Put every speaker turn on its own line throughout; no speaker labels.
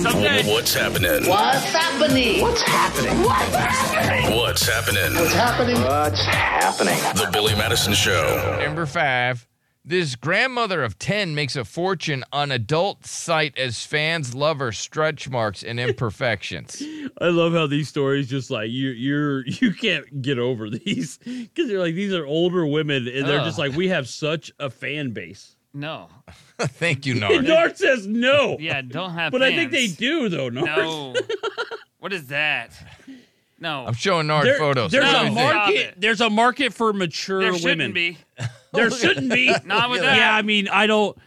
Someday.
What's happening?
What's happening?
What's happening? What's happening?
What's happening?
What's happening? What's happening?
The Billy Madison Show.
Oh.
Number five. This grandmother of 10 makes a fortune on adult site as fans love her stretch marks and imperfections.
I love how these stories just like you you're you can't get over these because you're like these are older women and they're just
Ugh.
like we have such a fan base.
No.
Thank you,
And
Nard.
Nart says no,
Yeah, don't have
but I think they
fans.
do though. Nart.
No. what is that? No.
I'm showing Nard
There-
photos.
There's
What do
a
you
mar-
think?
Stop
market.
it.
There's a market for mature
there shouldn't
women.
be.
There shouldn't be.
Not with that.
yeah, I mean, I don't.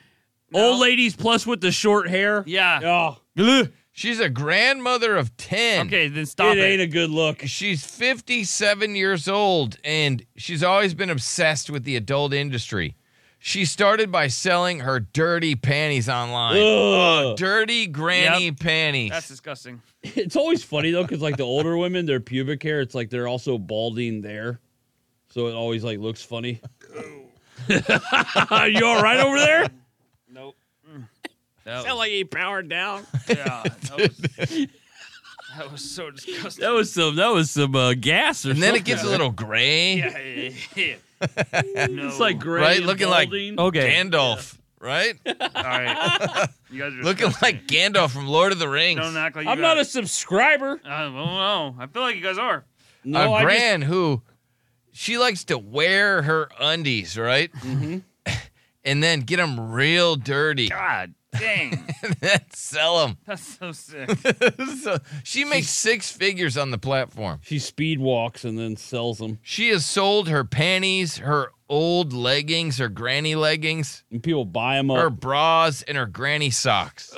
Old ladies plus with the short hair.
Yeah.
Oh,
She's a grandmother of 10.
Okay, then stop
it
it.
ain't a good look.
She's 57 years old and she's always been obsessed with the adult industry. She started by selling her dirty panties online.
Ugh.
Dirty granny
Yep.
panties.
That's disgusting.
It's always funny though, because like the older women, their pubic hair, it's like they're also balding there, so it always like looks funny. you all right over there?
Nope. Mm. That
Sound
was,
like he powered down.
yeah, that, was, that was so disgusting.
That was some. That was some uh, gas or
and then it gets a little gray.
yeah, yeah, yeah. no.
It's like gray,
Right?
and
Looking like-
balding.
okay.
Gandalf, right?
All right. You guys are
Looking
disgusting.
like Gandalf from Lord of the Rings.
Don't act like you
I'm not a
guys-
subscriber.
I don't know. I feel like you guys are.
No,
a
I just-
gran who she likes to wear her undies, right?
Mm-hmm.
and then get them real dirty
God dang.
and then sell them.
That's so sick.
so she makes six figures on the platform.
she speed walks and then sells them,
She has sold her panties, her old leggings, her granny leggings,
and people buy them up.
her bras, and her granny socks.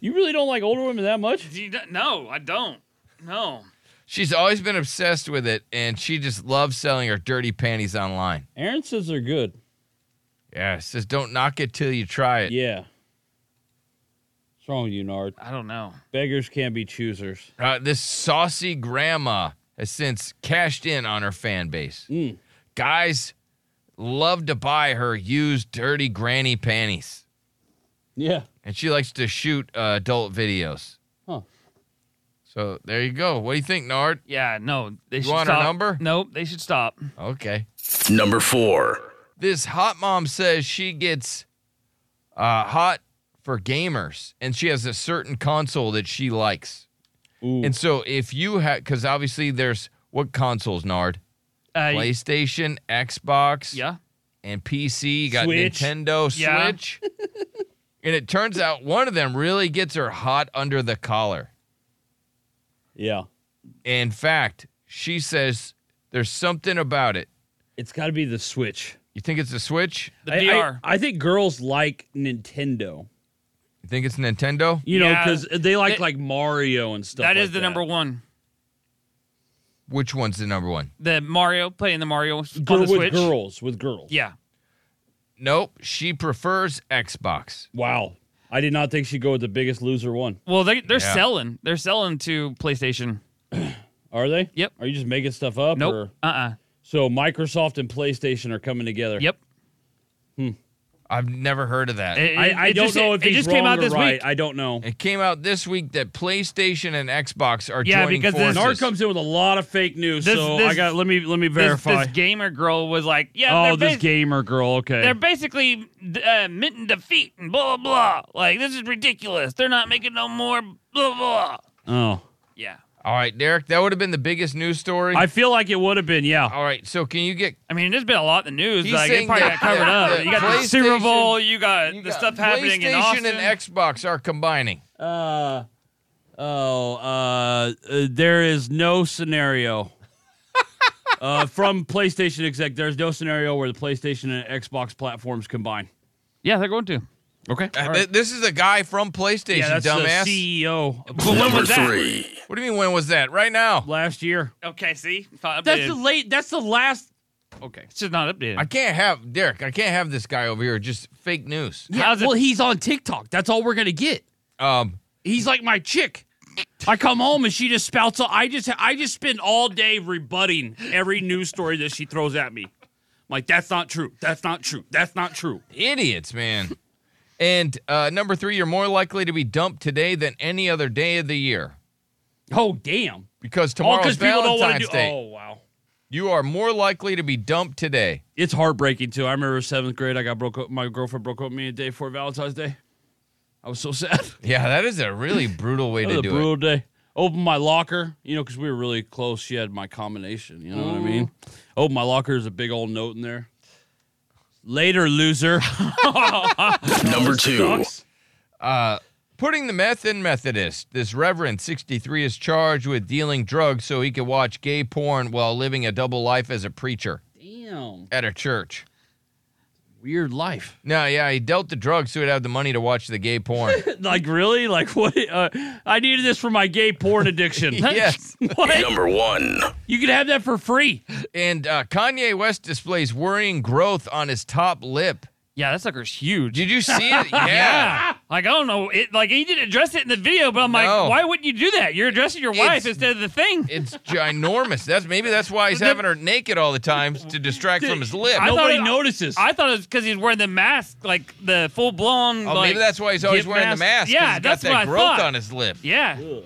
You really don't like older women that much?
Do you not- no, I don't. No.
She's always been obsessed with it, and she just loves selling her dirty panties online.
Aaron says they're good.
Yeah, says don't knock it till you try it.
Yeah. What's wrong with you, Nard?
I don't know.
Beggars can't be choosers.
Uh, this saucy grandma has since cashed in on her fan base.
Mm.
Guys love to buy her used dirty granny panties,
Yeah.
and she likes to shoot uh, adult videos.
Huh.
So there you go. What do you think, Nard?
Yeah, no. They should
want her
stop.
number?
Nope, they should stop. Uh,
Okay.
Number four.
This hot mom says she gets uh, hot for gamers, and she has a certain console that she likes.
Ooh.
And so if you have, because obviously there's what consoles, Nard?
Uh,
PlayStation, Xbox,
Yeah.
and PC. You got
Switch.
Nintendo,
Yeah.
Switch. and it turns out one of them really gets her hot under the collar.
yeah.
In fact, she says there's something about it.
It's got to be the Switch.
You think it's a Switch?
The
I,
VR.
I, I think girls like Nintendo.
You think it's Nintendo?
You know,
Yeah.
because they like
It-
like Mario and stuff.
That is
like
the number one.
Which one's the number one?
The Mario playing the Mario s-
Girl,
on the
with
Switch.
girls with girls.
Yeah.
Nope. She prefers Xbox.
Wow. I did not think she'd go with the Biggest Loser one.
Well, they they're
Yeah.
selling. They're selling to PlayStation.
Are they?
Yep.
Are you just making stuff up?
Nope.
or-
Uh uh
So Microsoft and PlayStation are coming together.
Yep.
I've never heard of that. It,
It-
I,
it-
I
it
don't
just-
know if
it
he's
just came
wrong
out
or
this
right.
week.
I don't know.
came out this week that PlayStation and Xbox are
Yeah,
joining
because
forces.
this-
Nard comes in with a lot of fake news,
This-
so
this-
I got let me let me
This,
verify.
this gamer girl was like, yeah,
oh,
they're,
this
basi-
gamer girl. Okay.
they're basically uh, minting defeat and blah, blah, blah. Like, this is ridiculous. They're not making no more blah, blah.
oh,
Yeah.
All right, Derek, that would have been the biggest news story.
I feel like it would have been. Yeah.
All right, so can you get
I mean, there's been a lot in the news.
He's
like, it
saying
probably
that-
got covered
that-
up.
uh,
that
You got the Super
PlayStation-
Bowl. You got
You
the
got
stuff happening in Austin.
PlayStation and Xbox are combining.
Uh, oh, uh, uh, there is no scenario. Uh, from PlayStation exec, there's no scenario where the PlayStation and Xbox platforms combine.
yeah, they're going to.
Okay,
Uh, th- This is a guy from PlayStation,
yeah, that's
dumbass.
the CEO of
Number three.
what do you mean? When was that? Right now?
last year.
Okay, see? It's not
That's
updated.
the late. That's the last. Okay.
It's just not updated.
I can't have Derek. I can't have this guy over here. Just fake news.
Yeah.
How's it-
well, he's on TikTok. That's all we're gonna get.
Um,
He's like my chick. I come home and she just spouts. I just I just spend all day rebutting every news story that she throws at me. I'm like that's not true. That's not true. That's not true.
idiots, man. And uh, number three, you're more likely to be dumped today than any other day of the year
Oh damn!
because
All
tomorrow's
because Oh, people don't want to
Valentine's
do.
Day.
Oh wow.
You are more likely to be dumped today.
It's heartbreaking too. I remember seventh grade. I got broke up. My girlfriend broke up with me a day before Valentine's Day. I was so sad.
Yeah, that is a really brutal way
It was
to
a
do
brutal
it.
day. Opened my locker, you know, because we were really close. She had my combination. You know what I mean? Opened my locker. There's a big old note in there. Later, loser.
Number two.
Sucks.
Putting the meth in Methodist. This Reverend 63 is charged with dealing drugs so he could watch gay porn while living a double life as a preacher
Damn.
at a church.
Weird life.
No, yeah, he dealt the drugs so he'd have the money to watch the gay porn.
Like really? Like what? Uh, I needed this for my gay porn addiction.
Yes.
what?
Number one.
You could have that for free.
and uh, Kanye West displays worrying growth on his top lip.
Yeah, that sucker's huge.
Did you see it? Yeah.
Like I don't know, it like he didn't address it in the video, but I'm
No.
like, why wouldn't you do that? You're addressing your
It's-
wife instead of the thing.
It's ginormous. That's maybe that's why he's having her naked all the time to distract from his lip.
I thought
Nobody
it-
notices.
I thought it was because he's wearing the mask, like the full blown.
Oh, maybe that's Oh, why he's always wearing the mask. 'cause
Yeah,
he's
that's
got
what
that
I
growth
thought.
on his lip.
Yeah,